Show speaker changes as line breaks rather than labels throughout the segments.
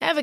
Ever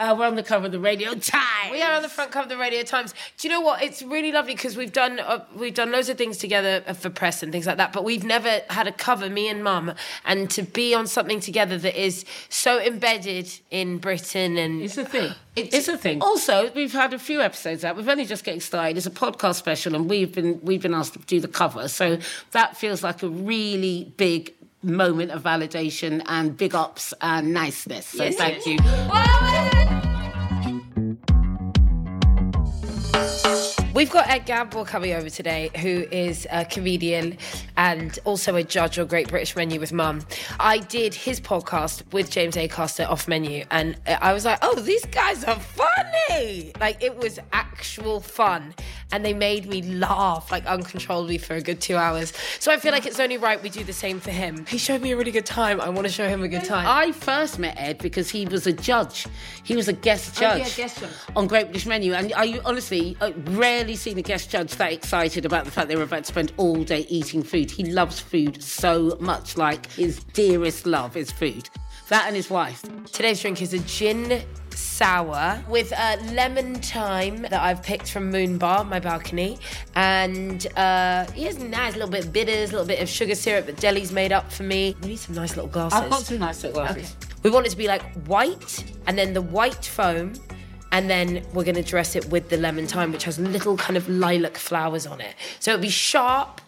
Uh, we're on the cover of the Radio Times.
We are on the front cover of the Radio Times. Do you know what? It's really lovely because we've done uh, we've done loads of things together uh, for press and things like that, but we've never had a cover. Me and Mum, and to be on something together that is so embedded in Britain and
It's a thing. It's, a thing. Also, we've had a few episodes out. We've only just getting started. It's a podcast special, and we've been we've been asked to do the cover. So that feels like a really big moment of validation and big ups and niceness. So thank you.
We've got Ed Gamble coming over today, who is a comedian and also a judge on Great British Menu with Mum. I did his podcast with James Acaster off menu, and I was like, oh, these guys are funny. Like, it was actual fun, and they made me laugh like uncontrollably for a good two hours. So I feel like it's only right we do the same for him. He showed me a really good time. I want to show him a good time.
I first met Ed because he was a judge. He was a guest
Oh, yeah,
judge,
guest judge.
on Great British Menu. And I honestly uh, rarely seen a guest judge that excited about the fact they were about to spend all day eating food. He loves food so much, like his dearest love is food. That and his wife.
Today's drink is a gin sour with uh, lemon thyme that I've picked from Moon Bar, my balcony. And uh, he has nice little bit of bitters, a little bit of sugar syrup that Deli's made up for me. We need some nice little glasses.
I've got some nice little glasses.
We want it to be like white and then the white foam. And then we're going to dress it with the lemon thyme, which has little kind of lilac flowers on it. So it'll be sharp,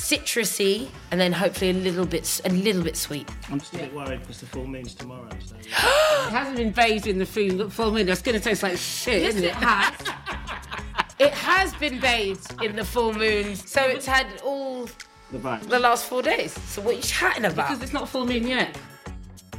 citrusy, and then hopefully a little bit, a little bit sweet.
I'm just a bit worried because the full moon's tomorrow. So.
It hasn't been bathed in the food but full moon. That's going to taste like shit,
Yes,
isn't
it
it?
has. It has been bathed in the full moon, so it's had all
The vibes.
the last four days. So what are you chatting about?
Because it's not full moon yet.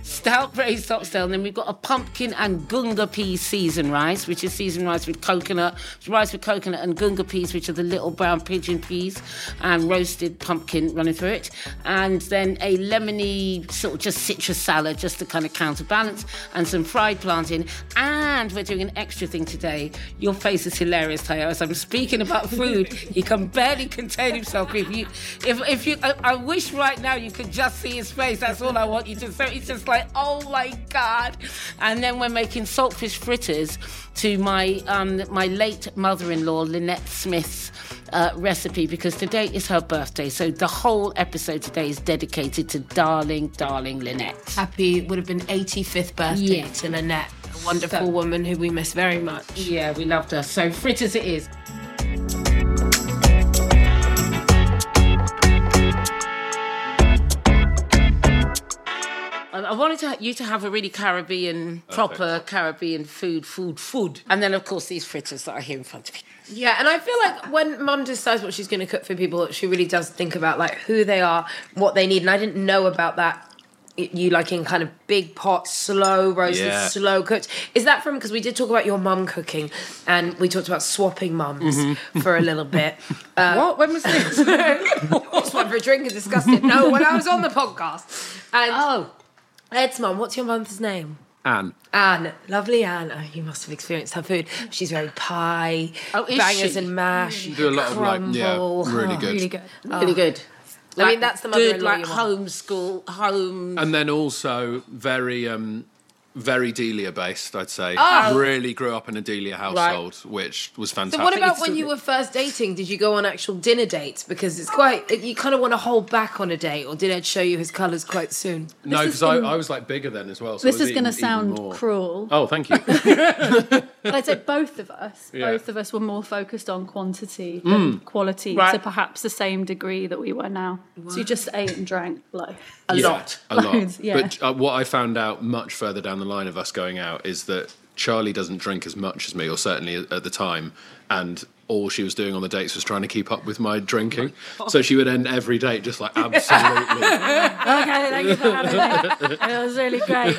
Stout braised oxtail, and then we've got a pumpkin and gunga pea seasoned rice, which is seasoned rice with coconut, rice with coconut and gunga peas, which are the little brown pigeon peas, and roasted pumpkin running through it. And then a lemony, sort of just citrus salad, just to kind of counterbalance, and some fried plantain. And we're doing an extra thing today. Your face is hilarious, Tayo. As I'm speaking about food, he can barely contain himself. If you, if, if you, I, I wish right now you could just see his face. That's all I want you to say. He's just like, oh my god. And then we're making saltfish fritters to my um, my late mother-in-law Lynette Smith's uh, recipe because today is her birthday. So the whole episode today is dedicated to darling, darling Lynette.
Happy would have been 85th birthday
Yeah.
to Lynette, a wonderful
So-
woman who we miss very much.
Yeah, we loved her. So fritters it is. I I wanted to, you to have a really Caribbean, proper Caribbean food, food, food. And then, of course, these fritters that are here in front of you.
Yeah, and I feel like when mum decides what she's going to cook for people, she really does think about like who they are, what they need. And I didn't know about that. y- You like in kind of big pots, slow roasted,
Yeah.
slow cooked. Is that from because we did talk about your mum cooking, and we talked about swapping mums for a little bit. Uh,
Mm-hmm. What? When was this?
just went for a drink and discussed it. No, when I was on the podcast. And
oh,
Ed's mum, what's your mum's name?
Anne.
Anne, lovely Anne. Oh, you must have experienced her food. She's very pie,
Oh, is
bangers
she?
and mash.
Do a lot of like, yeah,
crumble.
really good.
really good.
I mean, that's the mother-in-law
good, like
you want.
home school, home.
And then also very, um, very Delia based, I'd say. Really grew up in a Delia household, which was fantastic.
So what about when you were first dating? Did you go on actual dinner dates? Because it's quite you kind of want to hold back on a date, or did Ed show you his colours quite soon?
no, because I, I was like bigger then as well. So I
This
was
is going to
eating even
sound
more.
cruel.
Oh, thank you.
But I'd say both of us,
Yeah.
both of us were more focused on quantity than quality to
Right.
perhaps the same degree that we were now. So you just ate and drank like
A
Yeah,
lot.
A
Loads,
lot.
yeah.
But uh, what I found out much further down the line of us going out is that Charlie doesn't drink as much as me, or certainly at at the time. And all she was doing on the dates was trying to keep up with my drinking. so she would end every date just like, absolutely.
okay, thank you for having me. It was really great.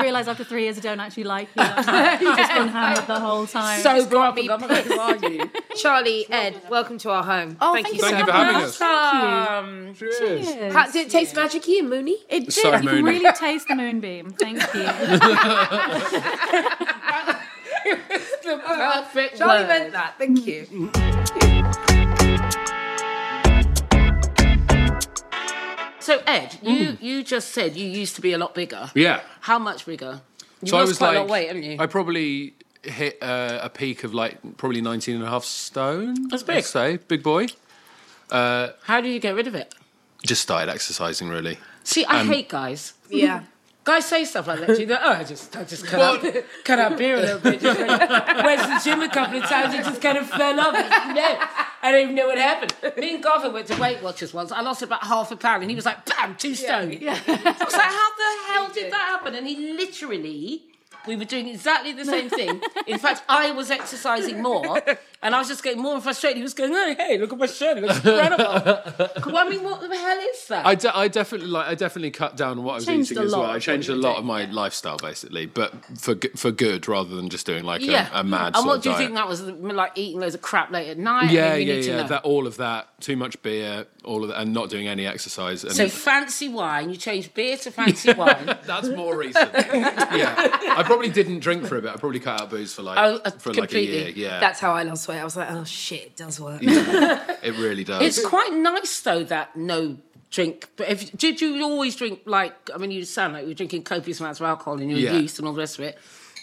Realised after three years I don't actually like you. I was like, just on hand the whole time.
So grow up and go, "Oh my God, who are you?
Charlie, Ed, welcome to our home.
Oh,
thank, you so
Thank you
much.
for having
Um,
us.
Cheers.
How, did it taste magic-y and moony?
It did.
So
you can
moony.
really taste the moonbeam. Thank you.
perfect
Charlie
word.
meant that. Thank you.
So Ed, you you just said you used to be a lot bigger.
yeah.
How much bigger? You
so
lost
I was
quite
like,
a lot of weight, haven't you?
I probably hit uh, a peak of like probably 19 and a half stone.
That's
I'd
big.
say. Big boy.
How do you get rid of it?
Just started exercising, really.
See,
Um,
I hate guys.
Yeah.
Guys say stuff like that to you. They're, oh, I just, I just cut out, cut out beer a little bit. Just went, went to the gym a couple of times and just kind of fell off. No, I don't even know what happened. Me and Garvin went to Weight Watchers once. I lost about half a pound and he was like, bam, two stone. I was like, how the hell did that happen? And he literally, we were doing exactly the same thing. In fact, I was exercising more and I was just getting more frustrated. He was going, hey, hey look at my shirt. It looks incredible. I mean, what the hell is that?
I, de- I definitely like I definitely cut down on what I was
Changed
eating
a
as
lot
well.
of
I
what
changed a
you were
lot
doing,
of my lifestyle basically, but for g- for good rather than just doing like a-
yeah,
a, mad.
And
sort
what
of
do you
diet.
think that was? Like eating loads of crap late at night. I
Yeah,
mean, we
yeah,
need to
yeah.
know.
That all of that, too much beer, all of that, and not doing any exercise. And
so fancy wine. You change beer to fancy wine.
that's more recent. yeah, I probably didn't drink for a bit. I probably cut out booze for like
Oh, uh,
for
completely.
like a year. Yeah,
That's how I lost weight. I was like, oh shit, it does work.
it really does.
It's quite nice though that no drink. But if did you always drink like? I mean, you sound like you were drinking copious amounts of alcohol in your
Yeah.
youth and all the rest of it.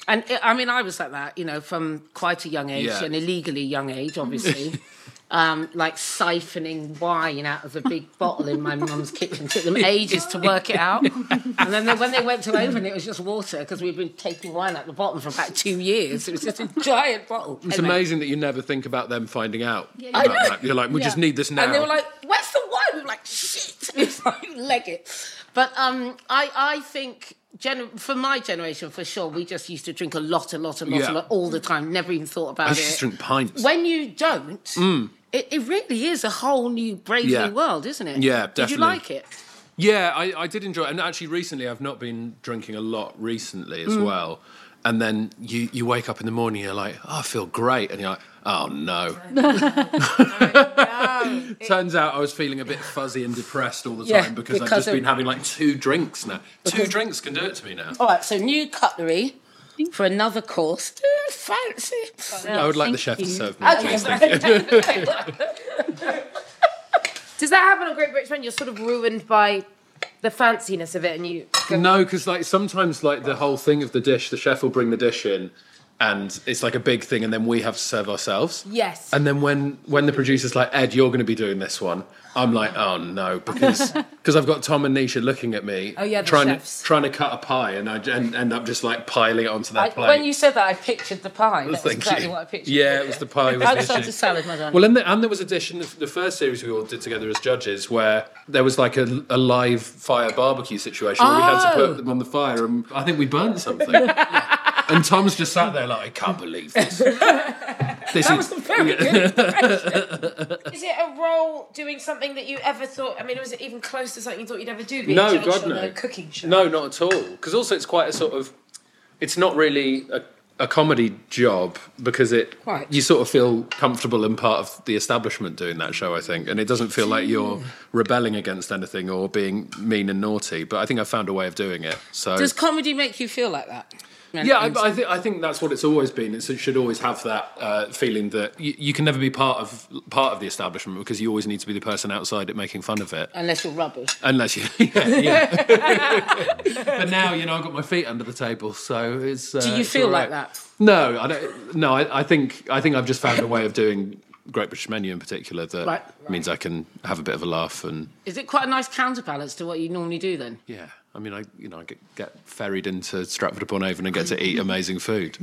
And it, I mean, I was like that, you know, from quite a young age,
Yeah.
an illegally young age, obviously. Um, like siphoning wine out of a big bottle in my mum's kitchen took them ages to work it out, and then they, when they went to open, it was just water because we'd been taking wine out the bottom for about two years. It was just a giant bottle.
It's
Anyway.
amazing that you never think about them finding out about that. You're like, we just need this now.
And they were like, "Where's the wine?" We were like, "Shit!" It's like leg it. But um, I I think gen- for my generation for sure, we just used to drink a lot, a lot, a lot,
Yeah.
a lot all the time. Never even thought about
I
it.
just drink pints. Mm.
When you don't, it, it really is a whole new brave
Yeah.
new world, isn't it?
Yeah,
Did you
definitely.
like it?
Yeah, I, I did enjoy it. And actually, recently, I've not been drinking a lot recently
Mm.
as well. And then you, you wake up in the morning, you're like, oh, I feel great. And you're like, oh, no. Turns out I was feeling a bit fuzzy and depressed all the
Yeah,
time because, I've
because
just
of-
been having like two drinks now. Two drinks can do it to me now.
All right, so new cutlery for another course. Ooh, fancy.
I would like the chef
thank you.
to serve me. please, thank you.
Does that happen on Great British When You're sort of ruined by the fanciness of it, and you
No, because like sometimes like the whole thing of the dish, the chef will bring the dish in, and it's like a big thing, and then we have to serve ourselves.
Yes.
And then when when the producer's like, Ed, you're going to be doing this one, I'm like, oh no, because because I've got Tom and Nisha looking at me.
Oh, yeah, the
trying
chefs.
to trying to cut a pie, and I end, end up just like piling it onto their
I,
plate.
when you said that, I pictured the pie. That's
Thank
exactly
you.
what I pictured.
Yeah, it was the pie. with the
Outside
issue.
the salad, my darling.
Well, and, the, and there was a dish in the, the first series we all did together as judges where there was like a, a live fire barbecue situation where we had to
Oh.
put them on the fire and I think we burnt something. Yeah. And Tom's just sat there like, I can't believe this. this
that
is-
was a very good impression.
Is it a role doing something that you ever thought? I mean, was it even close to something you thought you'd ever do? Being
No,
judged
God,
on
no.
A cooking show.
No, not at all. Because also it's quite a sort of, it's not really a, a comedy job because it
Quite.
you sort of feel comfortable and part of the establishment doing that show. I think, and it doesn't feel like you're rebelling against anything or being mean and naughty. But I think I found a way of doing it. So
Does comedy make you feel like that?
Yeah, I, I, think, I think that's what it's always been. It's, it should always have that uh, feeling that you, you can never be part of part of the establishment because you always need to be the person outside it making fun of it.
Unless you're rubbish.
Unless you, yeah, yeah. but now you know I've got my feet under the table, so it's. Uh,
Do you
it's
feel
all
like
right.
that?
No, I don't. No, I, I think I think I've just found a way of doing Great British Menu in particular that
Right.
means I can have a bit of a laugh and
Is it quite a nice counterbalance to what you normally do then?
yeah. I mean, I you know I get, get ferried into Stratford upon Avon and get to eat amazing food,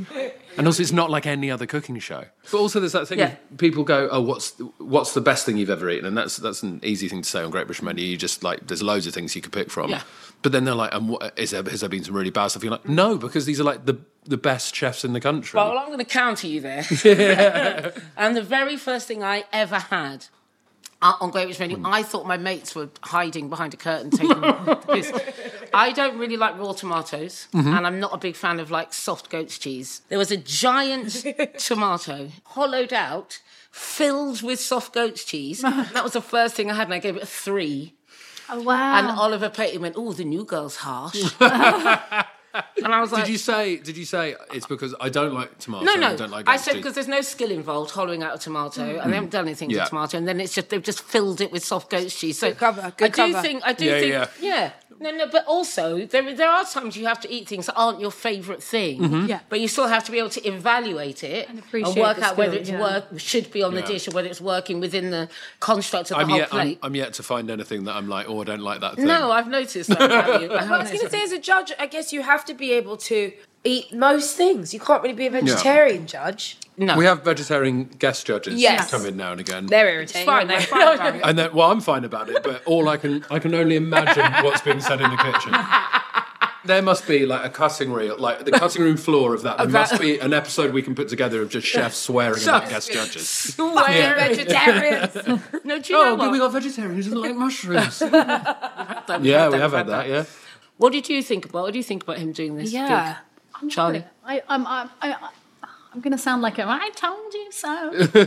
and also it's not like any other cooking show. But also there's that thing
Yeah.
of people go, oh, what's what's the best thing you've ever eaten? And that's that's an easy thing to say on Great British Menu. You just like there's loads of things you could pick from.
Yeah.
But then they're like, and what, is there has there been some really bad stuff? You're like, no, because these are like the the best chefs in the country.
Well, I'm going to counter you there. and the very first thing I ever had uh, on Great British Menu, I thought my mates were hiding behind a curtain taking the piss. I don't really like raw tomatoes, and I'm not a big fan of like soft goat's cheese. Mm-hmm. There was a giant tomato hollowed out, filled with soft goat's cheese. that was the first thing I had, and I gave it a three.
Oh, wow.
And Oliver Payton went, "Oh, the new girl's harsh." and I was like,
Did you say? Did you say it's because I don't like tomatoes?
No, no.
I don't like.
I said because
goat's
there's no skill involved hollowing out a tomato, and they haven't done anything
Yeah.
to tomato, and then it's just they've just filled it with soft goat's cheese. So
Good cover, good
I do
cover.
think I do
Yeah,
think
yeah.
yeah. No, no, but also there there are times you have to eat things that aren't your favourite thing,
Mm-hmm.
Yeah.
but you still have to be able to evaluate it
And appreciate
work
the
out whether
skill,
it's
yeah.
work should be on
Yeah.
the dish or whether it's working within the construct of the
I'm
whole
yet, I'm,
plate.
I'm yet to find anything that I'm like, oh, I don't like that thing.
no, I've noticed that about you.
Well, I was going to say, as a judge, I guess you have to be able to eat most things. You can't really be a vegetarian judge.
no.
We have vegetarian guest judges
Yes.
come in now and again.
They're irritating.
Fine,
aren't
we're
they?
fine about it.
and then, well, I'm fine about it, but all I can I can only imagine what's being said in the kitchen. There must be like a cutting reel, like the cutting room floor of that. There
that-
must be an episode we can put together of just chefs swearing at guest judges.
Fucking
Yeah. Oh,
vegetarians.
No, do you know what?
got vegetarian who doesn't like mushrooms. yeah, we have had that. Yeah.
What did you think about? What do you think about him doing this?
Yeah.
gig? Charlie.
I, I'm, I'm, I, I'm going to sound like a, I told you so.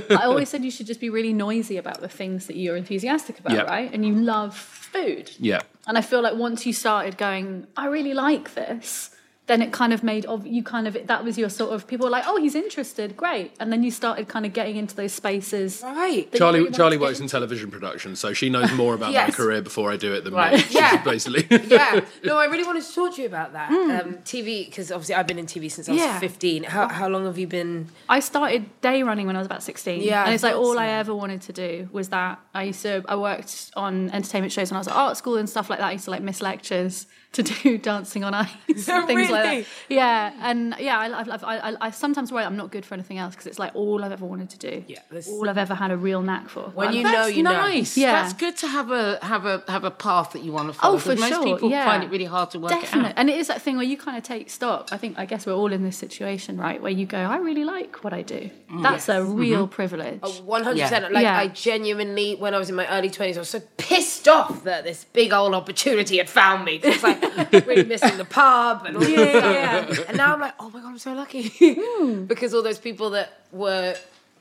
I always said you should just be really noisy about the things that you're enthusiastic about,
Yeah.
right? And you love food.
Yeah.
And I feel like once you started going, I really like this, then it kind of made of you kind of that was your sort of people were like, oh, he's interested, great, and then you started kind of getting into those spaces.
right.
that you really
Charlie
wanted
Charlie
to get
works in
into.
television production, so she knows more about
Yes.
my career before I do it than
Right.
me.
Yeah.
Basically.
yeah. No, I really wanted to talk to you about that. Um, TV, because obviously I've been in TV since I was
Yeah.
15. How, how long have you been?
I started day running when I was about 16.
Yeah,
And it's like
I
all
thought
I
so.
ever wanted to do was that. I used to, I worked on entertainment shows when I was at art school and stuff like that. I used to like miss lectures to do dancing on ice and things
Really?
like that. Yeah. And yeah, I, I, I, I, I sometimes worry I'm not good for anything else because it's like all I've ever wanted to do.
Yeah, this-
All I've ever had a real knack for.
When you
Like,
know,
That's
you know.
nice.
Yeah.
That's good to have a have a have a path that you want to follow.
Oh, for
'cause most
sure,
people
yeah.
find it really hard to work
Definitely.
it out.
And it is that thing where you kind of take stock. I think, I guess we're all in this situation, right? Where you go, I really like what I do.
Mm.
That's a real
Mm-hmm.
privilege.
Oh.
100%.
Yeah.
Like,
Yeah.
I genuinely, when I was in my early 20s, I was so pissed off that this big old opportunity had found me. 'Cause It's like, we're missing the pub and all this stuff. And now I'm like, oh my God, I'm so lucky.
Hmm.
because all those people that were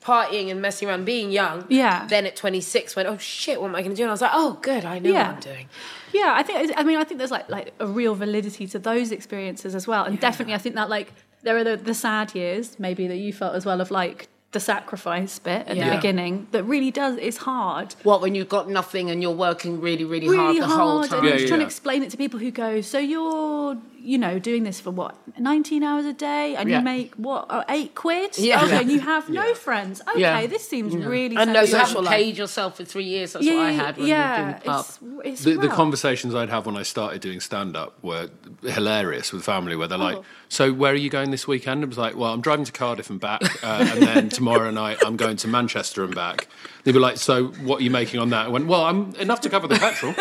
partying and messing around being young,
Yeah.
then at 26 went, oh shit, what am I going to do? And I was like, oh, good, I know
Yeah.
what I'm doing.
Yeah, I think. I mean, I think there's like like a real validity to those experiences as well, and definitely, I think that like there are the, the sad years maybe that you felt as well of like the sacrifice bit at
Yeah.
the beginning that really does is hard,
What when you've got nothing and you're working really, really,
really
hard the
hard,
whole
and
time.
you're
Yeah,
trying
yeah.
to explain it to people who go, so you're you know doing this for what 19 hours a day and
Yeah.
you make what oh, eight quid,
Yeah.
okay, and you have no friends, okay,
Yeah.
this seems really
And no, you
satisfying.
haven't paid yourself for three years. That's
yeah,
what I had when we were
yeah,
doing the pub.
it's, it's
the, the
rough.
conversations I'd have when I started doing stand up were hilarious with family, where they're like,
Oh.
"So where are you going this weekend?" I was like, "Well, I'm driving to Cardiff and back, uh, and then tomorrow night I'm going to Manchester and back." They'd be like, "So what are you making on that?" I went, "Well, I'm enough to cover the petrol."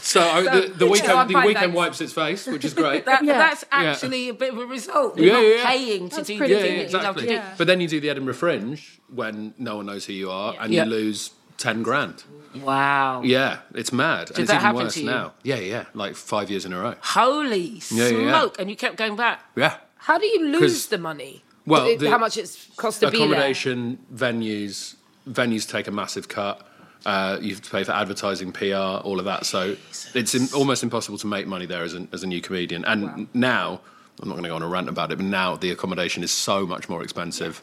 so, I, the, the
I
weekend the
find
weekend
that-
wipes its face, which is great.
That,
Yeah.
That's actually a bit of a result. You're
Yeah,
not
yeah, yeah.
paying to
That's
do the
pretty
yeah,
thing
yeah,
good.
that you love to
exactly.
do.
Yeah.
But then you do the Edinburgh Fringe when no one knows who you are, and
Yeah.
you lose ten grand.
Wow.
Yeah, it's mad. and it's
that
even
happen
worse
to you?
now. Yeah, yeah, like five years in a row.
Holy
yeah, yeah.
smoke! And you kept going back.
Yeah.
How do you lose
'Cause-
the money?
Well,
It-
the
how much it's cost to be there?
accommodation venues venues take a massive cut. Uh, you have to pay for advertising, PR, all of that. So it's im almost impossible to make money there as, an, as a new comedian. And now, I'm not going to go on a rant about it, but now the accommodation is so much more expensive.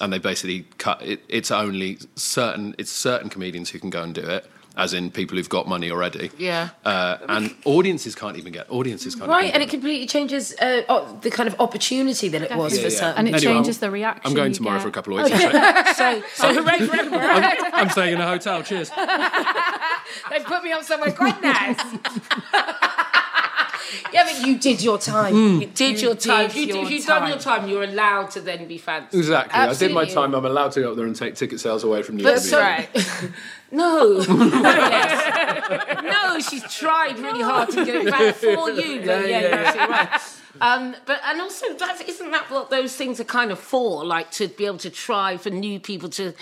And they basically cut it, it's only certain it's certain comedians who can go and do it, as in people who've got money already.
Yeah.
Uh, and audiences can't even get audiences can't
Right,
even
and
get
it completely changes uh, o- the kind of opportunity that it was
Yeah,
for
yeah.
certain.
And it
Anyway,
changes
I'm-
the reaction.
I'm going
you
tomorrow
get.
for a couple of weeks. I'm staying-
so, so hooray for everyone.
I'm, I'm staying in a hotel. Cheers.
They put me up somewhere quite nice. yeah, but you did your time. You
did your time.
did
You did,
your
if you've done
time.
your time, you're allowed to then be fancy.
Exactly. I
Absolutely.
did my time. I'm allowed to go up there and take ticket sales away from you.
That's
Maybe.
right.
No. Yes. no, she's tried really hard to get it back for you. But yeah, you're absolutely right. Um, but and also, that, isn't that what those things are kind of for? Like to be able to try for new people to get an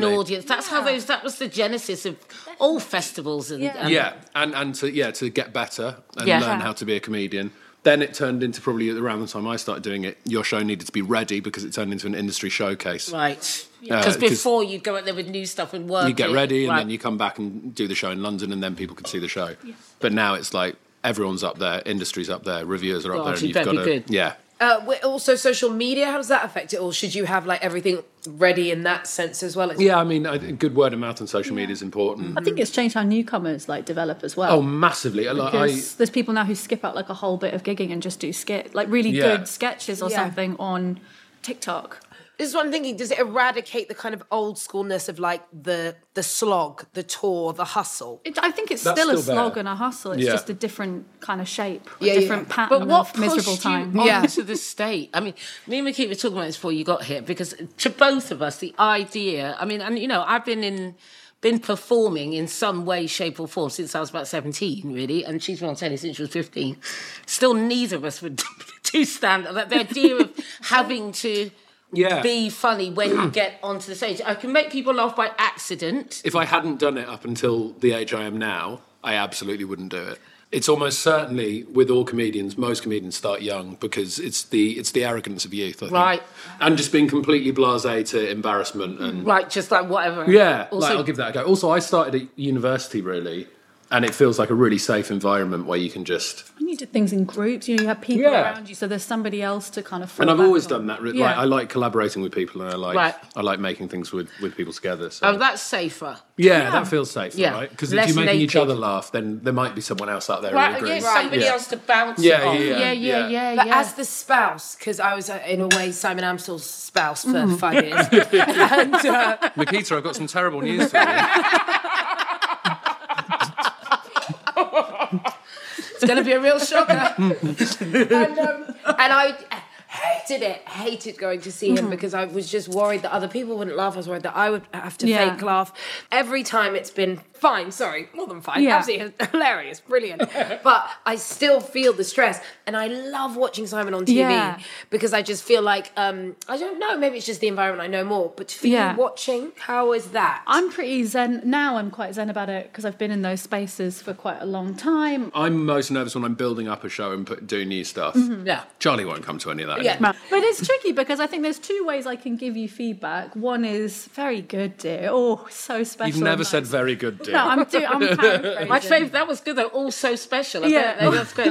Definitely.
audience. That's how those. That was the genesis of all festivals and.
Yeah.
and-
Yeah, and and to yeah to get better and
Yeah.
learn how to be a comedian. Then it turned into probably around the time I started doing it. Your show needed to be ready because it turned into an industry showcase.
Right.
Uh,
Because
'cause-
before you go out there with new stuff and work.
You get
it,
ready and
right.
then you come back and do the show in London, and then people can see the show. But now it's like everyone's up there, industry's up there, reviewers are up
God,
there,
you
and you've
better
got
be
to
good.
yeah.
Uh, wi- also, social media. How does that affect it all? Should you have like everything ready in that sense as well? It's-
Yeah, I mean, I think good word of mouth on social media is important.
I think it's changed how newcomers like develop as well.
Oh, massively. Like, I,
because there's people now who skip out like a whole bit of gigging and just do skit, like really
Yeah.
good sketches or
Yeah.
something on TikTok.
This is what I'm thinking. Does it eradicate the kind of old schoolness of like the the slog, the tour, the hustle?
It, I think it's
That's
still, a
still there.
slog and a hustle. It's
Yeah.
just a different kind of shape, a
Yeah, yeah.
different pattern
But what
of miserable
pushed
time.
you
Yeah.
onto the state? I mean, me and Makita were talking about this before you got here because to both of us, the idea. I mean, and you know, I've been in. Been performing in some way, shape, or form since I was about 17, really, and she's been on telly since she was 15. Still, neither of us would do stand up. Like, the idea of having to
Yeah.
be funny when you get onto the stage. I can make people laugh by accident,
if I hadn't done it up until the age I am now, I absolutely wouldn't do it. It's almost certainly with all comedians, most comedians start young because it's the it's the arrogance of youth, I think.
Right.
And just being completely blasé to embarrassment and
right? Just like whatever.
yeah,
Also-
like I'll give that a go. Also, I started at university really, and it feels like a really safe environment where you can just
When you did things in groups, you know, you have people
Yeah.
around you, so there's somebody else to kind of. fall
and I've
back
always
on.
done that. re-
Yeah.
Like I like collaborating with people, and I like
Right.
I like making things with, with people together. So.
Oh, that's safer.
yeah, that feels safe,
Yeah.
right? Because
Less
if you're making each
naked.
other laugh, then there might be someone else out there who
Right, yeah,
agrees.
somebody
Yeah.
else to bounce it
Yeah,
off.
yeah,
yeah, yeah,
Uh, yeah.
yeah.
But
yeah.
as the spouse, because I was uh, in a way Simon Amstel's spouse for five years, and uh,
Nikita, I've got some terrible news for you.
it's going to be a real shocker.
Mm.
and, um, and I hated it, hated going to see
Mm-hmm.
him because I was just worried that other people wouldn't laugh. I was worried that I would have to
Yeah.
fake laugh. Every time it's been fine, sorry, more than fine,
Yeah.
absolutely hilarious, brilliant. but I still feel the stress, and I love watching Simon on TV
Yeah.
because I just feel like um, I don't know. Maybe it's just the environment I know more. But for
Yeah.
you watching, how is that?
I'm pretty zen now. I'm quite zen about it because I've been in those spaces for quite a long time.
I'm most nervous when I'm building up a show and put, doing new stuff.
Mm-hmm.
Yeah.
Charlie won't come to any of that.
Yeah.
anymore.
But it's tricky because I think there's two ways I can give you feedback. One is very good, dear. Oh, so special.
You've
and
never
nice."
said very good, dear.
No, I'm doing. I'm paraphrasing.
My favourite, that was good though, all so special. I
Yeah.
bet that's great.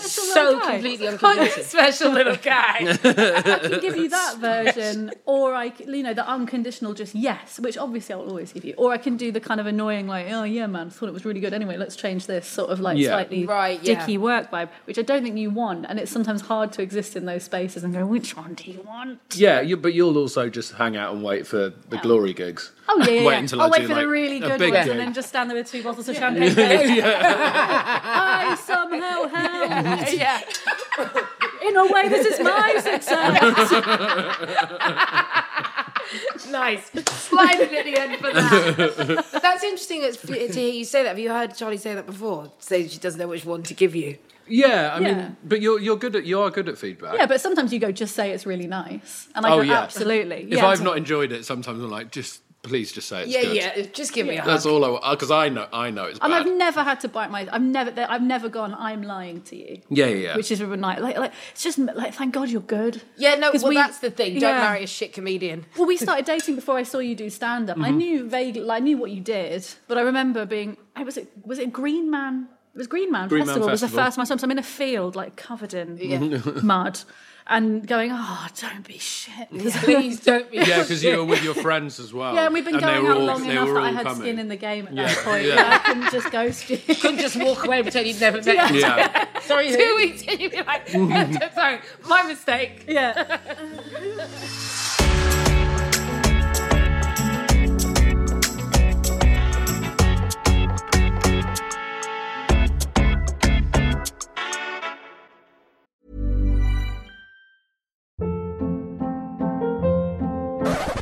so
little guy.
completely
Oh,
unconvincing.
Special little guy.
I can give you that version, or I, c- you know, the unconditional just yes, which obviously I'll always give you. Or I can do the kind of annoying like, oh yeah, man, thought it was really good anyway. Let's change this sort of like
Yeah.
slightly
Right, yeah.
dicky work vibe, which I don't think you want. And it's sometimes hard to exist in those spaces and go, which one do you want?
Yeah, you, but you'll also just hang out and wait for the glory gigs.
Oh yeah, yeah.
Wait
yeah.
until
I'll
I
wait
do,
for
like,
the really
a
good
big
ones,
gig.
and then just stand there with two bottles of champagne. I somehow helped.
yeah.
In a way, this is my success.
Nice. Slide it at the end for that. That's interesting that's, to hear you say that. Have you heard Charlie say that before? Say she doesn't know which one to give you.
Yeah, I
Yeah.
mean, but you're you're good at you are good at feedback.
yeah, but sometimes you go, just say it's really nice, and I
Oh,
go,
yeah.
absolutely.
if
yeah.
I've not enjoyed it, sometimes I'm like, just Please just say it's
Yeah,
good.
yeah. Just give me a hug.
That's all I want because I know I know it's bad.
And I've never had to bite my. I've never. I've never gone. I'm lying to you.
yeah, yeah, yeah.
Which is really nice. Like, like it's just like thank God you're good.
Yeah, no,
'Cause
well,
we-
that's the thing. Don't
yeah.
marry a shit comedian.
Well, we started dating before I saw you do stand up. I knew vaguely, like, I knew what you did, but I remember being, I was it was it Green Man? It was Green Man
Green Man
Festival. was the
Festival.
first time. So I'm in a field, like covered in mud, and going, oh, don't be shit.
Please don't be.
Yeah, because you were with your friends as well.
Yeah, and we've been
they
going
were
out
all-
long
they
enough
were
that I
all
had
coming.
skin in the game at
Yeah,
that point.
yeah.
Yeah. I couldn't just ghost you.
Couldn't just walk away and pretend you'd never met. me.
Yeah,
Sorry,
Two
who?
weeks and you'd be like, sorry, my mistake.
yeah.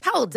Hold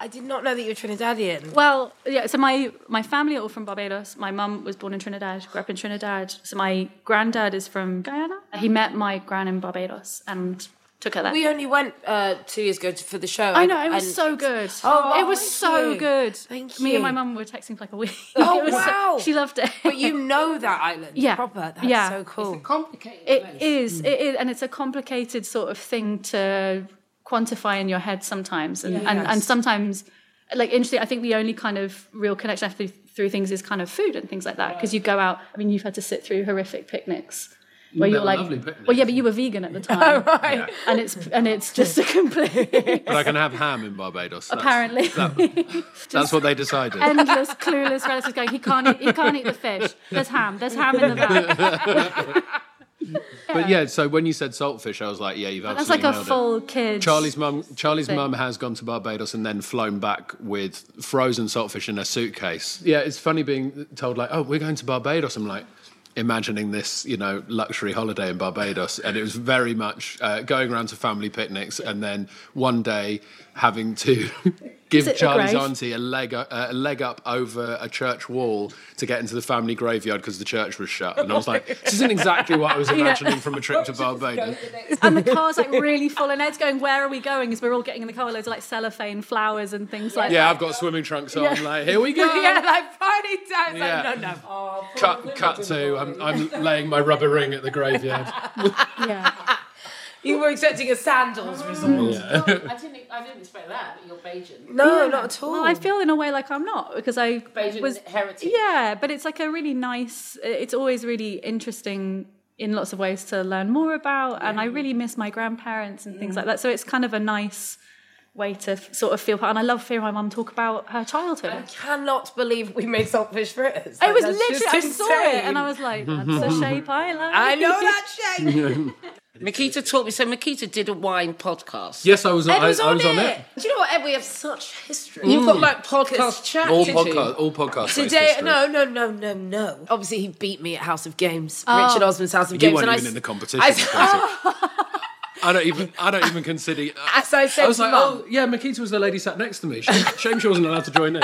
I did not know that you were Trinidadian.
Well, yeah. So my my family are all from Barbados. My mum was born in Trinidad, grew up in Trinidad. So my granddad is from Guyana. He met my gran in Barbados and took her there.
We only went uh, two years ago for the show.
I know it was
and-
so good.
Oh,
it was
thank
so
you.
good.
Thank
Me
you.
and my mum were texting for like a week.
Oh,
It was so-
wow.
she loved it.
But you know that island
Yeah.
proper. That's
Yeah.
so cool. Mm.
Complicated.
It is, it is, and it's a complicated sort of thing to quantify in your head sometimes, and and, and sometimes, like interesting. I think the only kind of real connection I have through, through things is kind of food and things like that, because you go out. I mean, you've had to sit through horrific picnics where you're
were
like,
lovely picnics.
well, yeah, but you were vegan at the time,
Oh, Right.
and it's and it's just a complete
but I can have ham in Barbados. That's,
apparently.
that's what they decided.
endless clueless relatives going he can't eat he can't eat the fish there's ham there's ham in the van
But yeah, so when you said saltfish, I was like, yeah, you've
uh, that's
absolutely
like a
nailed it.
full kid
Charlie's mum. Charlie's
thing.
mum has gone to Barbados and then flown back with frozen saltfish in her suitcase. Yeah, it's funny being told like, "Oh, we're going to Barbados." I'm like imagining this, you know, luxury holiday in Barbados, and it was very much uh, going around to family picnics, and then one day having to. Give
it a
Charlie's
grave?
auntie a leg, uh, a leg up over a church wall to get into the family graveyard because the church was shut. And I was like, this isn't exactly what I was imagining from a trip to Barbados.
and the car's like really full and Ed's going where are we going as we're all getting in the car with loads of like cellophane flowers and things like
Yeah,
that
I've got swimming trunks on. Like, here we go.
yeah, like Friday down.
Yeah.
Like, no, no.
cut, cut to. I'm, I'm laying my rubber ring at the graveyard.
yeah
You were expecting a sandals resort.
I didn't. e- I didn't expect that. But you're Beijing.
No, not at all.
well I feel in a way like I'm not because I
Beijing
was
heritage.
yeah but it's like a really nice it's always really interesting in lots of ways to learn more about and I really miss my grandparents and things like that so it's kind of a nice way to f- sort of feel part and I love hearing my mum talk about her childhood
I cannot believe we made saltfish fritters.
It was
Like, that's
literally, I
just
saw it
insane.
and I was like, that's the shape I like.
I know that shape.
Makita taught me. So Makita did a wine podcast.
Yes, I was.
Ed
I,
was,
I
on,
was
it.
on it.
Do you know what, Ed? We have such history.
You've got like podcast chat.
All
did
podcast.
you?
All podcast.
Today, no, no, no, no, no. Obviously, he beat me at House of Games,
Oh.
Richard Osman's House of
You
Games.
weren't
and I
even
s-
in the competition.
I
I,
s-
don't even. I don't even consider.
As I said
I was
to
like,
Mum.
oh yeah, Makita was the lady sat next to me. Shame, shame she wasn't allowed to join in.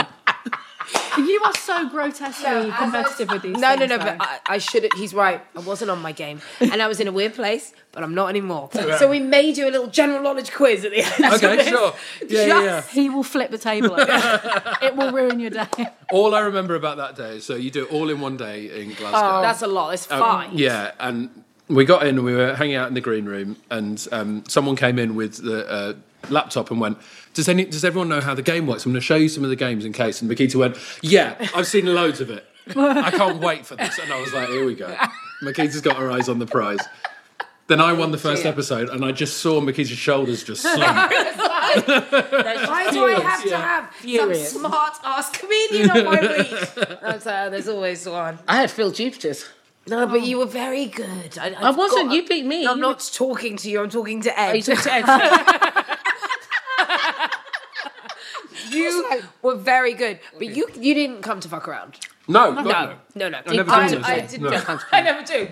You are so grotesquely competitive with these.
No, no,
things,
no,
though.
but I, I should He's right. I wasn't on my game. And I was in a weird place, but I'm not anymore. So we made you a little general knowledge quiz at the end.
Okay, sure. Yeah, yeah, yeah.
he will flip the table. over. it will ruin your day.
All I remember about that day is so you do it all in one day in Glasgow.
Oh, that's a lot. That's
Um,
fine.
Yeah, and we got in and we were hanging out in the green room, and um, someone came in with the uh, laptop and went, "Does any does everyone know how the game works? I'm going to show you some of the games in case." And Makita went, "Yeah, I've seen loads of it. I can't wait for this." And I was like, "Here we go." Makita's got her eyes on the prize. Then I won the first episode, and I just saw Makita's shoulders just slump.
Why do I have to have
Furious.
some smart ass comedian on my week? I was like, oh, there's always one.
I had Phil Jupiter's.
No, but you were very good. Oh. I,
I wasn't. You beat me.
I'm not talking to Oh, you. I'm talking to Ed.
You took to Ed.
you were very good, but you you didn't come to fuck around. Oh,
no, God, no.
No, no.
I never
I,
do those
I
things.
did
No.
not. I never do.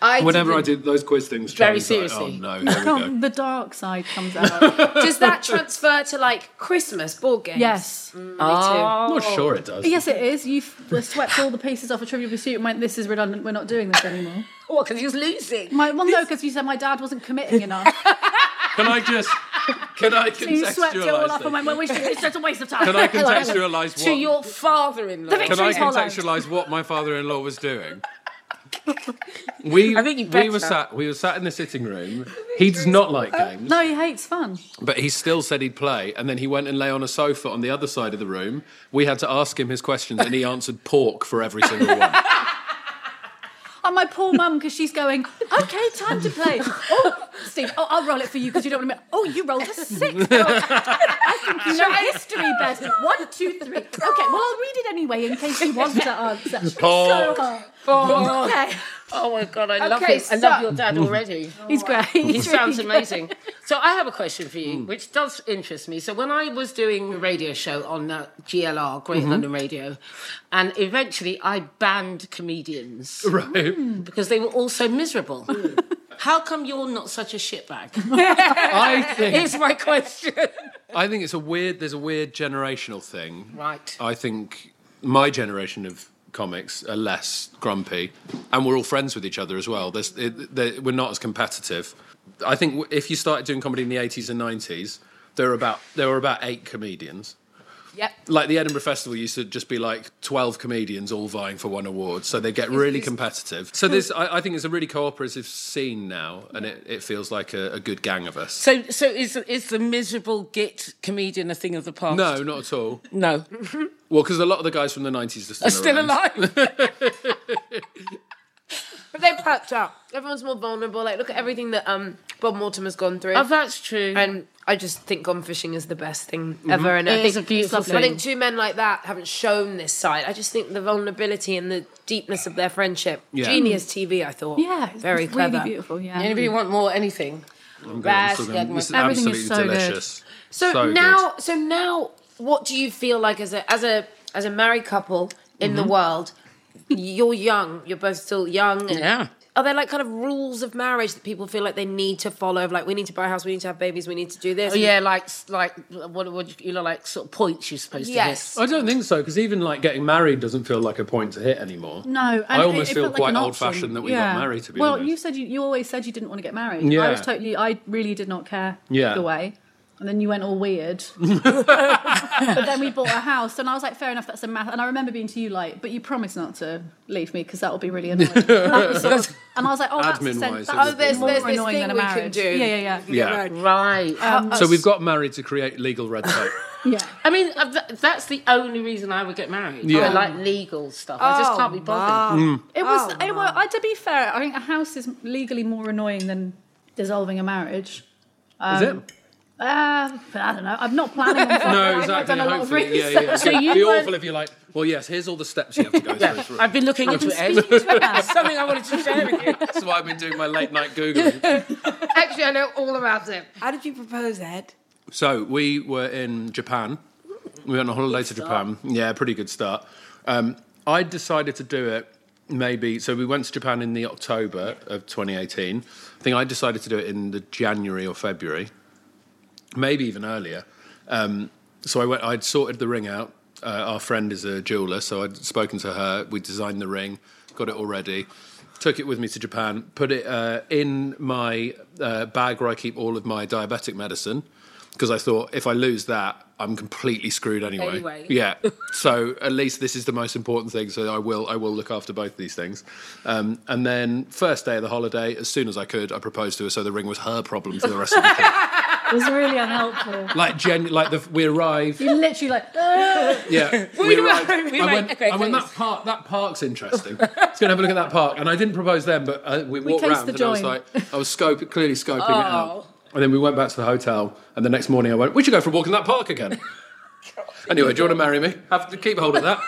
I
Whenever I
didn't.
do those quiz things,
Very
Charlie's like,
seriously.
oh no, here we go. Mm.
The dark side comes out.
Does that transfer to like Christmas board games?
yes.
Me
I'm not sure it does.
Yes, it is. You f- swept all the pieces off a Trivial Pursuit and went, "This is redundant. We're not doing this anymore."
too. What? Because he was Oh, losing.
My, well, no, because you said my dad wasn't committing enough.
Can I just? Can I contextualise?
you swept it all off
this?
and went, "Well, we should, it's just a waste of time."
Can I contextualise
To
what?
your father-in-law.
Can I
Victory's hollow.
contextualise what my father-in-law was doing? We
think you
we were
better. Uh,
sat we were sat in the sitting room. He does not like games,
No, he hates fun.
but he still said he'd play. And then he went and lay on a sofa on the other side of the room. We had to ask him his questions, and he answered pork for every single one.
And Oh, my poor mum, because she's going, okay, time to play. Oh, Steve, oh, I'll roll it for you because you don't want to. Oh, you rolled a six. Oh, I think you know history best. One, two, three. Okay, well, I'll read it anyway in case you want to answer.
Pork.
So,
Oh,
okay.
oh my god, I love
Okay,
him. I love
so-
your dad already.
He's great.
He sounds amazing. So I have a question for you, which does interest me. So when I was doing a radio show on uh, GLR, Great London Radio, and eventually I banned comedians
Right.
because they were all so miserable. How come you're not such a shitbag?
I think
Is my question.
I think it's a weird. There's a weird generational thing.
Right.
I think my generation of comics are less grumpy, and we're all friends with each other as well. There's, it, there, we're not as competitive. I think w- if you started doing comedy in the 80s and 90s, there were about there were about eight comedians.
Yep.
Like the Edinburgh Festival used to just be like 12 comedians all vying for one award, so they get really competitive.
Hmm.
So this, I, I think it's a really cooperative scene now, and it, it feels like a, a good gang of us.
So, so is is the miserable git comedian a thing of the past?
No, not at all.
no,
Well, because a lot of the guys from the 90s are still,
are still
around.
alive.
But they perked up. Everyone's more vulnerable. Like, look at everything that um Bob Mortimer's gone through.
oh, that's true.
and I just think gone fishing is the best thing ever. And
It
I
is
think,
a beautiful
I think
thing.
two men like that haven't shown this side. I just think the vulnerability and the deepness of their friendship. Genius TV, I thought.
yeah, it's
very
really
clever.
beautiful. Yeah.
Anybody want more anything?
I'm
Best
still
yet
going, This is
Everything
absolutely
is so good.
delicious.
So,
So good.
now, so now, what do you feel like as a as a as a married couple in the world? You're young. You're both still young. And
Yeah.
Are there like kind of rules of marriage that people feel like they need to follow? Of like, we need to buy a house, we need to have babies, we need to do this.
Oh, yeah, like like what would you know, like sort of points you're supposed
Yes.
I don't think so because even like getting married doesn't feel like a point to hit anymore.
No, and
I almost
it- it
feel
felt like
quite
an option.
old-fashioned that we
Yeah.
got married. To be
well,
honest,
you said you, you always said you didn't want to get married.
Yeah.
I was totally. I really did not care
Yeah.
either way. And then you went all weird. but then we bought a house, and I was like, "Fair enough, that's a math." And I remember being to you like, "But you promised not to leave me because that will be really annoying." And that was sort of- and I was like, "Oh, that's
Admin-wise,
sen-
it
that's
would be Oh, there's-
more
there's this
annoying than a
thing we can
marriage."
do.
Yeah, yeah, yeah.
yeah.
to. Right.
So we've got married to create legal red tape.
yeah.
I mean, uh, th- that's the only reason I would get married. I
Yeah.
like legal stuff. I just
Oh,
can't be bothered.
It was. it, well, I, to be fair, I think a house is legally more annoying than dissolving a marriage.
is it?
Uh, but I don't know. I'm not planning on.
No,
Um, I've not
exactly.
done a lot of
Hopefully, yeah,
research.
yeah. yeah.
So you
It'd be
weren't-
awful if you're like, well, yes, here's all the steps you have to go through. through.
I've been looking into it. Ed.
Speaking to that,
Something I wanted to share with you.
That's why I've been doing my late night googling.
Actually, I know all about it.
How did you propose, Ed?
So we were in Japan. We went on holiday to Japan. Yeah, pretty good start. Um, I decided to do it maybe. So we went to Japan in the October of 2018. I think I decided to do it in the January or February, maybe even earlier. Um, so I went. I'd sorted the ring out. Uh, our friend is a jeweler, so I'd spoken to her. We designed the ring, got it all ready. Took it with me to Japan, put it uh, in my uh, bag where I keep all of my diabetic medicine because I thought if I lose that, I'm completely screwed anyway.
Anyway.
Yeah. so at least this is the most important thing. So I will I will look after both these things. Um, and then first day of the holiday, as soon as I could, I proposed to her. So the ring was her problem for the rest of the trip.
It was really unhelpful.
like gen like the, we arrived.
You literally like, "Ah."
Yeah,
We were-
arrived.
we
I
went-
went,
okay,
I went
please.
that park. That park's interesting. Let's go and have a look at that park. And I didn't propose then, but uh, we walked
cased
round
the
and I was
joint.
like, I was scope, clearly scoping it out. And then we went back to the hotel, and the next morning I went, we should go for a walk in that park again. anyway, do you want to marry me? Have to keep hold of that.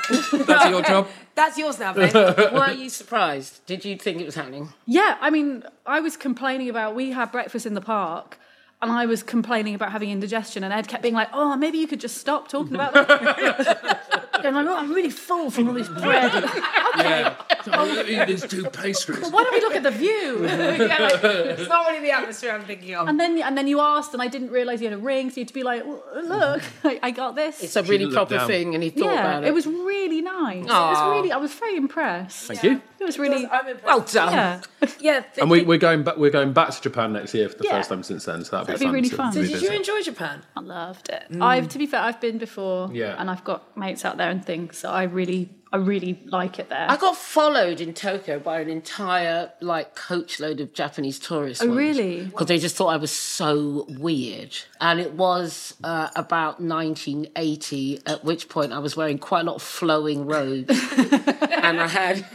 That's your job.
That's yours now, babe.
Were you surprised? Did you think it was happening?
yeah, I mean, I was complaining about, we had breakfast in the park. And I was complaining about having indigestion, and Ed kept being like, "Oh, maybe you could just stop talking about that." and I'm like, "Oh, "I'm really full from all this bread.
Yeah. I'll eat these two pastries.
Why don't we look at the view?"
yeah, like, it's not really the atmosphere I'm thinking of.
And then and then you asked, and I didn't realise you had a ring, so you had to be like, well, "Look, I, I got this."
It's a really
looked
proper
down.
thing, and he thought
yeah,
about it.
was really nice. It
Aw.
was really, I was very impressed.
Thank you.
It was really,
I'm impressed.
well done.
yeah.
yeah. th-
And we, we're going back. We're going back to Japan next year for the
Yeah.
first time since then. So that'd be,
That'd be
fun
really
to
fun.
revisit.
Did you enjoy Japan?
I loved it.
Mm.
I've to be fair, I've been before,
Yeah.
and I've got mates out there and things, so I really, I really like it there.
I got followed in Tokyo by an entire like coachload of Japanese tourists.
Oh, really?
Because they just thought I was so weird. And it was uh, about 1980, at which point I was wearing quite a lot of flowing robes, and I had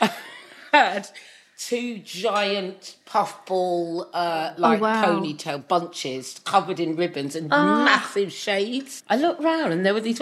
had two giant puffball uh, like
Oh, wow. Ah.
ponytail bunches covered in ribbons and massive shades. I looked round and there were these,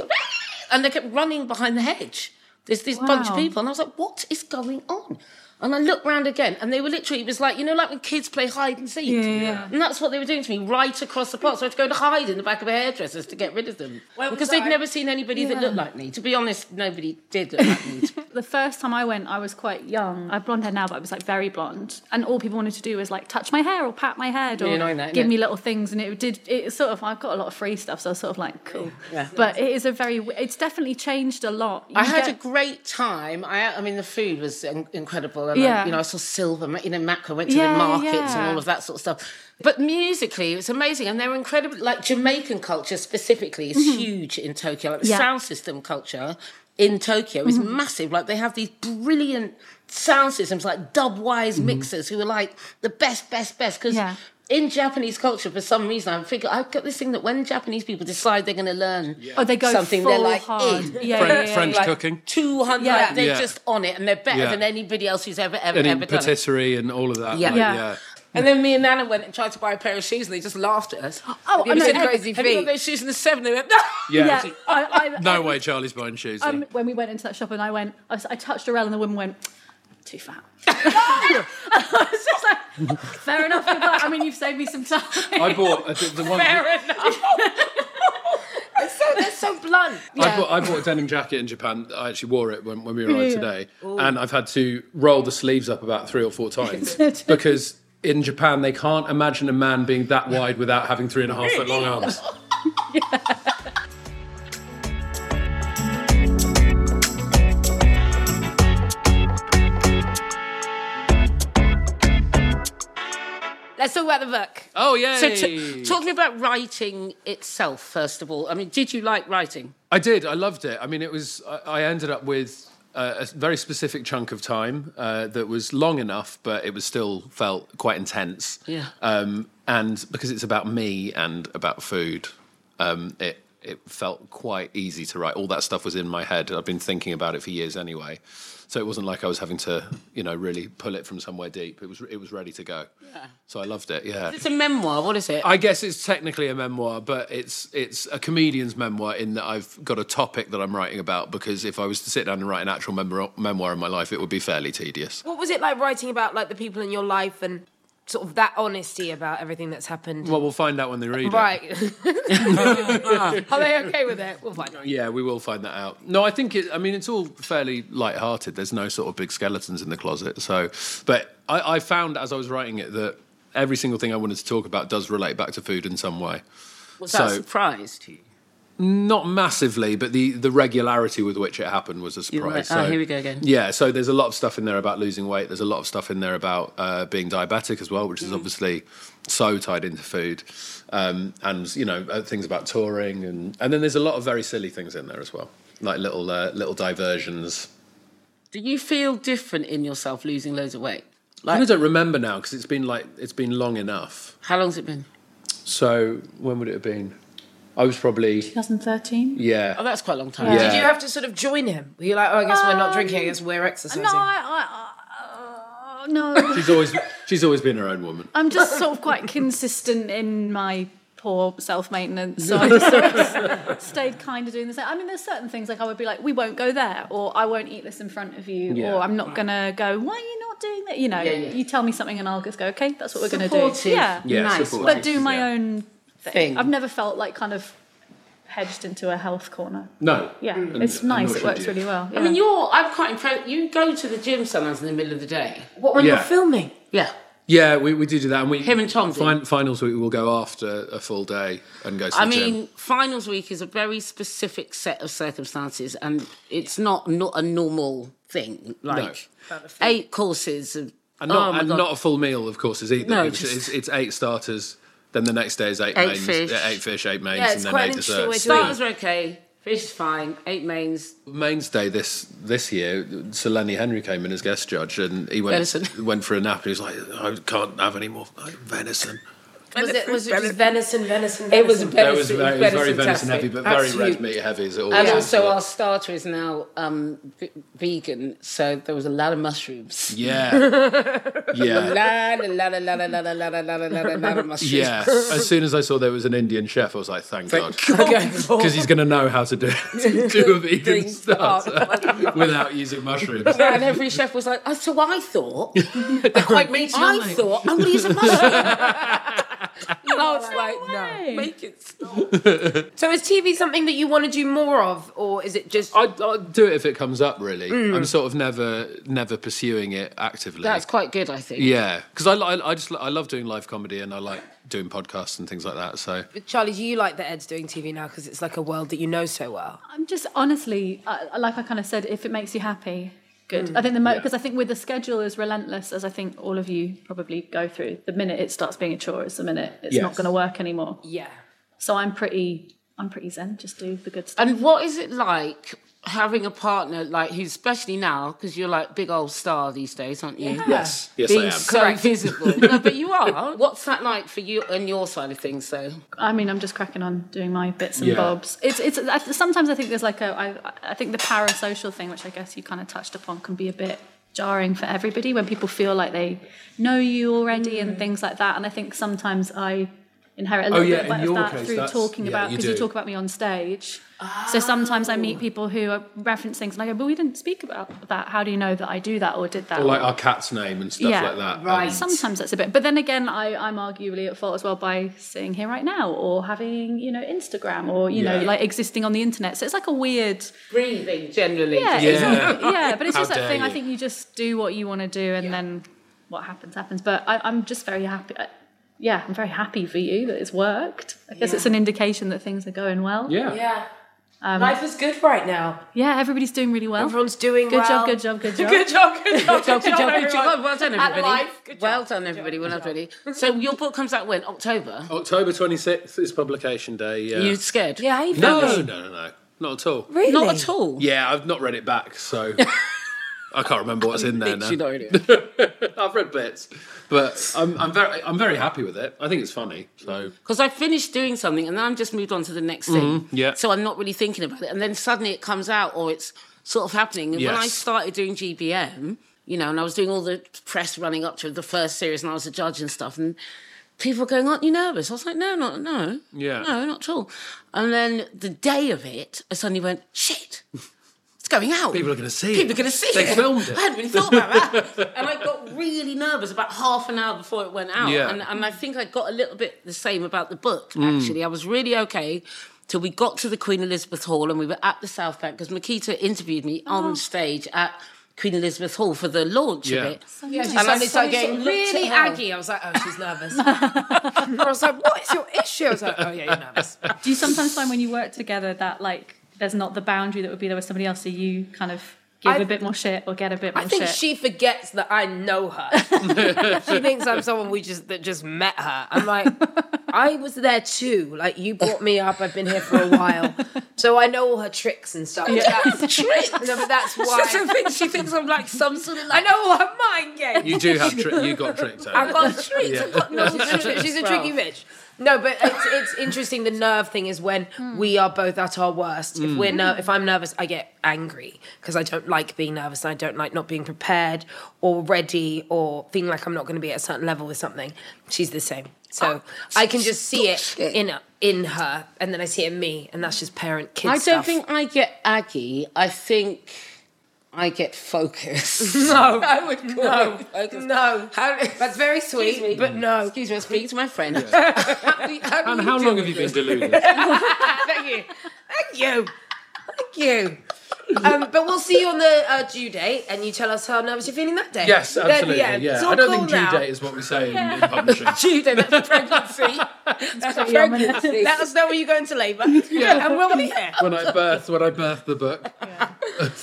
and they kept running behind the hedge. There's this bunch of
Wow.
people, and I was like, "What is going on?" And I looked round again, and they were literally. It was like you know, like when kids play hide and seek,
Yeah, yeah.
and that's what they were doing to me right across the park. So I had to go and hide in the back of a hairdresser's to get rid of them because they'd never seen anybody that looked like me. To be honest, nobody did look like me.
the first time I went, I was quite young. I have blonde hair now, but I was like very blonde, and all people wanted to do was like touch my hair or pat my head or
Really annoying that, isn't
give
it?
me little things, and it did. It sort of, I've got a lot of free stuff, so I was sort of like cool.
Yeah.
But it is a very, it's definitely changed a lot. You
I had
get-
a great time. I, I mean, the food was in- incredible, and I,
Yeah.
you know, I saw silver, you know, Macca went to
Yeah,
the markets and
yeah.
all of that sort of stuff. But musically, it was amazing, and they're incredible. Like Jamaican culture specifically is huge in Tokyo. Like the
Mm-hmm. Yeah. Mm-hmm.
sound system culture in Tokyo is massive. Like they have these brilliant sound systems, like dubwise mixers who are like the best, best, best because.
Mm-hmm. Yeah.
In Japanese culture, for some reason, I figure I've got this thing that when Japanese people decide they're going to learn
Oh, they go
something,
full
they're like
hard.
in.
Yeah,
French,
yeah, yeah,
French
yeah.
cooking,
200
Yeah.
they're
Yeah.
just on it and they're better
Yeah.
than anybody else who's ever ever
and
ever
in
done it.
patisserie and all of that.
Yeah.
like,
Yeah.
yeah.
and then me and Nana went and tried to buy a pair of shoes and they just laughed at us
Oh,
They
I know,
said,
Ed-
"Have you got
feet."
those shoes in the seven they went no
Yeah.
Yeah, I, I,
No
I-
way Charlie's buying shoes. eh? though.
Um, when we went into that shop and I went, I, was- I touched her around and the woman went, too fat. I was just like, fair enough. you're right. I mean, you've saved me some time.
I bought a, the one.
fair enough
It's so, that's so blunt.
I, bought, I bought a denim jacket in Japan. I actually wore it when, when we arrived today, and I've had to roll the sleeves up about three or four times because in Japan they can't imagine a man being that wide without having three and a half foot long arms.
Let's talk about the book.
Oh yeah!
so t- talk to me about writing itself first of all I mean did you like writing
I did. I loved it. I mean, it was. I, I ended up with uh, a very specific chunk of time uh, that was long enough, but it was still felt quite intense.
Yeah.
Um, and because it's about me and about food, um, it it felt quite easy to write. All that stuff was in my head. I've been thinking about it for years anyway, so it wasn't like I was having to, you know, really pull it from somewhere deep. It was it was ready to go. Yeah. So I loved it. Yeah.
it's a memoir what is it
I guess it's technically a memoir, but it's it's a comedian's memoir in that I've got a topic that I'm writing about because if I was to sit down and write an actual memor- memoir in my life, it would be fairly tedious.
What was it like writing about like the people in your life and sort of that honesty about everything that's happened?
Well, we'll find out when they read it.
Right. Are they okay with it? We'll find out.
Yeah, we will find that out. No, I think it. I mean, it's all fairly light-hearted. There's no sort of big skeletons in the closet. So, but I, I found as I was writing it that every single thing I wanted to talk about does relate back to food in some way.
was that a
so-
surprise to you
Not massively, but the, the regularity with which it happened was a
You're right. Oh,
surprise. So-
here we go again.
Yeah, so there's a lot of stuff in there about losing weight. There's a lot of stuff in there about uh, being diabetic as well, which
Mm.
is obviously so tied into food, um, and you know uh, things about touring, and and then there's a lot of very silly things in there as well, like little uh, little diversions.
Do you feel different in yourself losing loads of weight?
I kind of don't remember now because it's been like it's been long enough.
How long's it been?
So when would it have been? I was probably
2013.
yeah.
Oh, that's quite a long time.
Yeah.
Did you have to sort of join him? Were you like, oh, I guess we're
Um,
not drinking, I guess we're exercising?
No, I, I uh, no.
She's always she's always been her own woman.
I'm just sort of quite consistent in my poor self maintenance, so I just sort of stayed kind of doing the same. I mean, there's certain things like I would be like, "We won't go there," or "I won't eat this in front of you,"
Yeah.
or "I'm not gonna go." Why are you not doing that? You know,
yeah.
you tell me something and I'll just go, "Okay, that's what we're gonna do."
Supportive.
Yeah,
Yeah,
Nice.
supportive.
but do my
Yeah.
own thing.
Thing.
I've never felt like kind of hedged into a health corner.
No.
Yeah,
Mm.
And-
it's
Mm. and
nice.
what
It
she
works
did.
really well.
I mean, you're. I'm quite impressed. You go to the gym sometimes in the middle of the day.
What when
Yeah.
you're filming?
Yeah.
Yeah, we, we do do that, and we
Him and Tom do.
Fin- finals week we'll go after a full day and go to
I
the
mean,
gym.
finals week is a very specific set of circumstances, and it's not not a normal thing. Like eight courses of.
And not,
oh my
and
God.
not a full meal, of course, is either.
No,
it's,
just-
it's, it's eight starters. Then the next day is eight,
Eight
mains,
fish.
yeah, eight fish, eight mains,
Yeah, it's
and then
quite
eight
an interesting
desserts.
way to
Yeah.
eat.
starters are okay. Fish is fine. Eight mains.
Mains day this this year, Sir Lenny Henry came in as guest judge, and he went
Venison.
went for a nap. And he was like, "I can't have any more like, venison."
Was it was it just venison, venison, venison?
It was
That was
venison-
very, it was very
venison-tastic.
venison heavy, but very
Absolute.
red meat heavy. Is it
And
always
also,
is.
our starter is now um, v- vegan, so there was a lot of mushrooms.
yeah, yeah.
La la la la la la la la la la la la la la mushrooms.
Yeah. As soon as I saw there was an Indian chef, I was like, thank, God.
Okay.
Because he's going to know how to do, to do a vegan
Doing
starter
stuff.
without using mushrooms.
And every chef was like, oh, so I thought,
quite
I thought I'm going to use a mushroom. and I was like, no, make it stop.
So is TV something that you want to do more of, or is it just?
I'd, I'd do it if it comes up, really. I'm sort of never never pursuing it actively.
That's quite good, I think.
yeah, because I, li- I, I just li- I love doing live comedy and I like doing podcasts and things like that. So
Charlie, do you like that Ed's doing TV now because it's like a world that you know so well?
I'm just honestly, I like I kind of said, if it makes you happy, good. I think the because I think with the schedule as relentless as I think all of you probably go through, the minute it starts being a chore, it's the minute it's not
Yes.
going to work anymore.
Yeah.
So I'm pretty, I'm pretty zen. Just do the good stuff.
And what is it like having a partner like who's especially now because you're like big old star these days, aren't you?
yes, yes, I
Being
am.
so visible, no, but you are. What's that like for you and your side of things, though?
I mean, I'm just cracking on doing my bits and
Yeah.
bobs. It's, it's. I, sometimes I think there's like a, I, I think the parasocial thing, which I guess you kind of touched upon, can be a bit jarring for everybody when people feel like they know you already and things like that. And I think sometimes I inherit a little
Mm. Oh, yeah,
bit of
in your
that
case,
through
that's-
talking
yeah,
about
you
because you,
do. Oh.
talk about me on stage. So sometimes I meet people who are reference things and I go, "But we didn't speak about that. How do you know that I do that or did that?"
Or like our cat's name and stuff like that.
Right.
Um,
Sometimes that's a bit, but then again, I, I'm arguably at fault as well by sitting here right now or having you know Instagram or you know
Yeah.
like existing on the internet. So it's like a weird,
Breathing generally.
yeah,
Yeah.
it's like- yeah. But it's
How
just that
dare
thing. I
you.
think you just do what you want to do, and then what happens happens. But I, I'm just very happy. I, yeah, I'm very happy for you that it's worked. I guess it's an indication that things are going well.
yeah.
Yeah. Life is good right now.
Yeah, everybody's doing really well.
Everyone's doing
Good
well.
job, good job, good job.
oh, Good job, good job,
Well
good job,
done,
everyone.
well done,
At
everybody.
life. Good job.
Well done, everybody. Well done, everybody. So your book comes out when October.
October 26th is publication day. Oh, Yeah.
You scared?
Yeah, how you
no,
feeling?
no, no, no, not at all.
Really?
Not at all.
Yeah, I've not read it back, so I can't remember what's in there now.
Literally not really.
I've read bits, but I'm, I'm very I'm very happy with it. I think it's funny. So
because I finished doing something and then I'm just moved on to the next thing.
Mm, yeah.
So I'm not really thinking about it. And then suddenly it comes out or it's sort of happening. And when I
Yes.
started doing GBM, you know, and I was doing all the press running up to the first series and I was a judge and stuff. And people were going, Aren't you nervous? I was like, No, not, no.
Yeah.
No, not at all. And then the day of it, I suddenly went, Shit. It's going out.
People are gonna see it.
People are going to see
They
it.
filmed it.
I hadn't really thought about that. and I got really nervous about half an hour before it went out.
Yeah. Mm.
And, and I think I got a little bit the same about the book, actually. I was really okay till we Oh. got to the Queen Elizabeth Hall and we were at the South Bank because Makita interviewed me on stage at Queen Elizabeth Hall for the launch
Yeah.
of it.
Yeah, she
I suddenly
suddenly started
sort
getting
of looked at
really
her.
aggy. I was like, oh, she's nervous. I was like, what is your issue? I was like, oh, yeah, you're nervous.
Do you sometimes find when you work together that like there's not the boundary that would be there with somebody else, so you kind of give
I-
a bit more shit or get a bit more
I think
shit?
she forgets that I know her. she thinks I'm someone we just that just met her. I'm like, I was there too. Like you brought me up. I've been here for a while, so I know all her tricks and stuff. That's, tricks. No, but that's why.
She thinks- she thinks I'm like some sort of
I
like.
know all her mind games.
You do have tri- you got tricked.
I've
Out.
got tricks. I've got no, she's, a, trick- she's a tricky bitch. No, but it's, it's interesting. The nerve thing is when we are both at our worst. If we're ner- if I'm nervous, I get angry because I don't like being nervous. And I don't like not being prepared or ready or feeling like I'm not going to be at a certain level with something. She's the same. So I can just see it in in her, and then I see it in me, and that's just parent kid
I don't
stuff.
think I get aggy. I think I get focused.
No.
I would call
No.
it focused.
no.
How-
that's very sweet,
Excuse me.
but no.
Excuse me, I'm speaking to my friend.
And how long have you been deluded?
Thank you. Thank you. Thank you. Um, but we'll see you on the uh, due date, and you tell us how nervous you're feeling that day.
Yes,
Then,
absolutely.
yeah,
yeah,
it's all
I don't
cool
think due
now.
date is what we say in, in publishing.
Due date, that's pregnancy. that's a pregnancy. Let us know when you go into labour, and we'll be here.
when I birth, when I birth the book.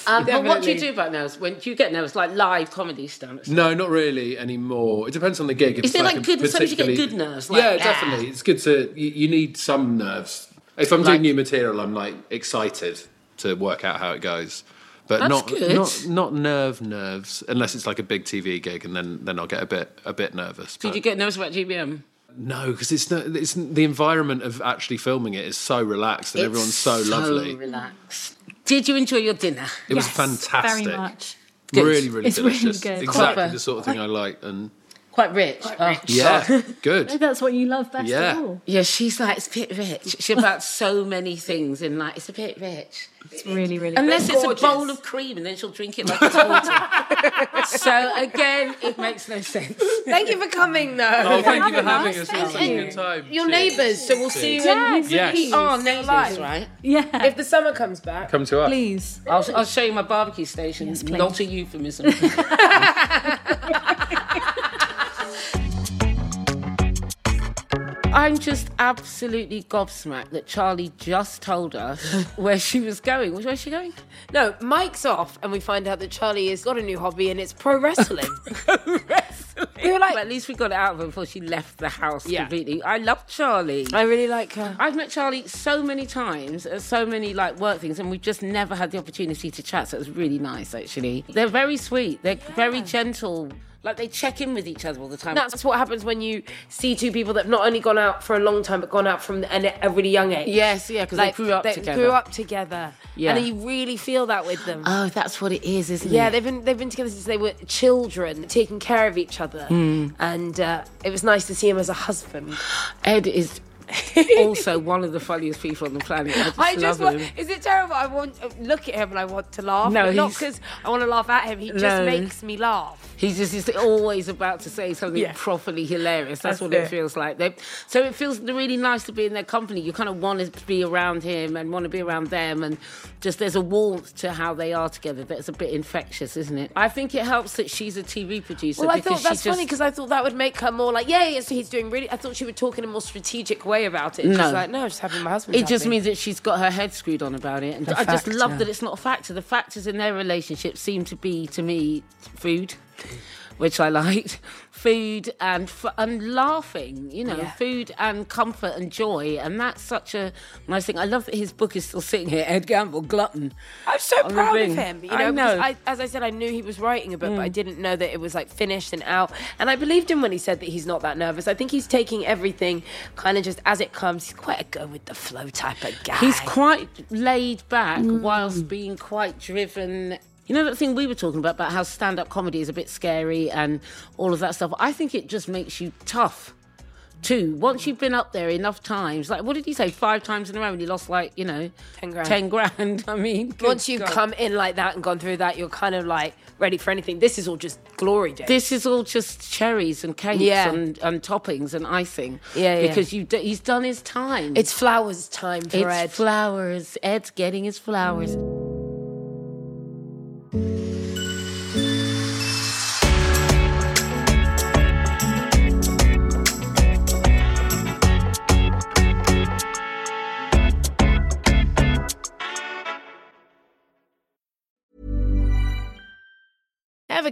Um, but what do you
Definitely.
do about nerves? When do you get nerves, like live comedy stand?
No, not really anymore. It depends on the gig. If
Is
it's
there,
a
like, good- sometimes you get
particularly-
good nerves, like,
yeah,
"Ah."
definitely. It's good to. You, you need some nerves. If I'm
Like-
doing new material, I'm like excited to work out how it goes. But
That's
not
good.
not not nerve nerves unless it's like a big TV gig, and then then I'll get a bit a bit nervous.
Did
but-
you get nervous about GBM?
No, because it's not, it's the environment of actually filming it is so relaxed and everyone's so, lovely.
relaxed. Did you enjoy your dinner?
it was
Yes,
fantastic.
Very much.
Really, really
It's really
delicious.
good.
Exactly
Proper.
the sort of thing I like. And
Quite rich. Oh.
yeah, good.
That's what you love best
Yeah.
of all.
Yeah, she's like, it's a bit rich. She's about so many things and like, it's a bit rich.
It's really, really
Unless it's
Gorgeous.
a bowl of cream and then she'll drink it like it's water. so again, it makes no sense.
Thank you for coming, though.
Oh, thank you for
having
having us.
us.
It's
Thank
been a
you.
good time.
Your
Cheers.
neighbours, so we'll see you
Yes.
when
Yes.
we
Oh,
are
neighbours,
live.
right?
Yeah.
If the summer comes back,
Come to us.
Please.
I'll, I'll show you my barbecue station.
please.
Not a euphemism. I'm just absolutely gobsmacked that Charlie just told us where she was going. Where's she going?
no, Mike's off, and we find out that Charlie has got a new hobby, and it's pro wrestling.
We were like, but at least we got it out of her before she left the house
Yeah.
completely. I love Charlie.
I really like her.
I've met Charlie so many times at so many like work things, and we've just never had the opportunity to chat. So it was really nice, actually. They're very sweet. They're very gentle. Like they check in with each other all the time.
That's what happens when you see two people that have not only gone out for a long time, but gone out from an, a really young age.
Yes, yeah, 'cause they grew up together.
grew up together.
Yeah.
and then you really feel that with them.
oh, that's what it is, isn't
yeah,
it?
they've been they've been together since they were children, taking care of each other,
Hmm.
and uh, it was nice to see him as a husband.
Ed is also one of the funniest people on the planet. I just,
I
love
just want,
him.
is it terrible? I want to look at him and I want to laugh.
No,
but not
he's-
because I want to laugh at him. He just
No.
makes me laugh.
He's just he's always about to say something
Yeah.
properly hilarious. That's,
That's
what
it.
it feels like. They, so it feels really nice to be in their company. You kind of want to be around him and want to be around them, and just there's a warmth to how they are together that's a bit infectious, isn't it? I think it helps that she's a TV producer.
Well, I
because
thought
she
that's
just,
funny because I thought that would make her more like, yeah, yeah. So he's doing really. I thought she would talk in a more strategic way about it. She's
No.
like, no, just having my husband.
It just
happy.
means that she's got her head screwed on about it. And I just
fact,
love
yeah.
that it's not a factor. The factors in their relationship seem to be, to me, food, which I liked, food and f- and laughing, you know,
Yeah.
food and comfort and joy. And that's such a nice thing. I love that his book is still sitting here, Ed Gamble, Glutton.
I'm so
on the
proud of
ring.
him. You know,
I
because
know. Mm.
I, as I said, I knew he was writing a book, but I didn't know that it was like finished and out. And I believed him when he said that he's not that nervous. I think he's taking everything kind of just as it comes. He's quite a go with the flow type of guy.
He's quite laid back
Mm.
whilst being quite driven. You know that thing we were talking about about how stand-up comedy is a bit scary and all of that stuff. I think it just makes you tough. Too. Once you've been up there enough times, like what did he say? Five times in a row, and he lost like you know,
10 grand.
Ten grand. I mean, good
Once you've
God.
come in like that and gone through that, you're kind of like ready for anything. This is all just glory days.
this is all just cherries and cakes
Yeah.
and, and toppings and icing.
Yeah, yeah.
Because you d- he's done his time.
it's flowers time for
It's
Ed.
flowers. Ed's getting his flowers.
Ever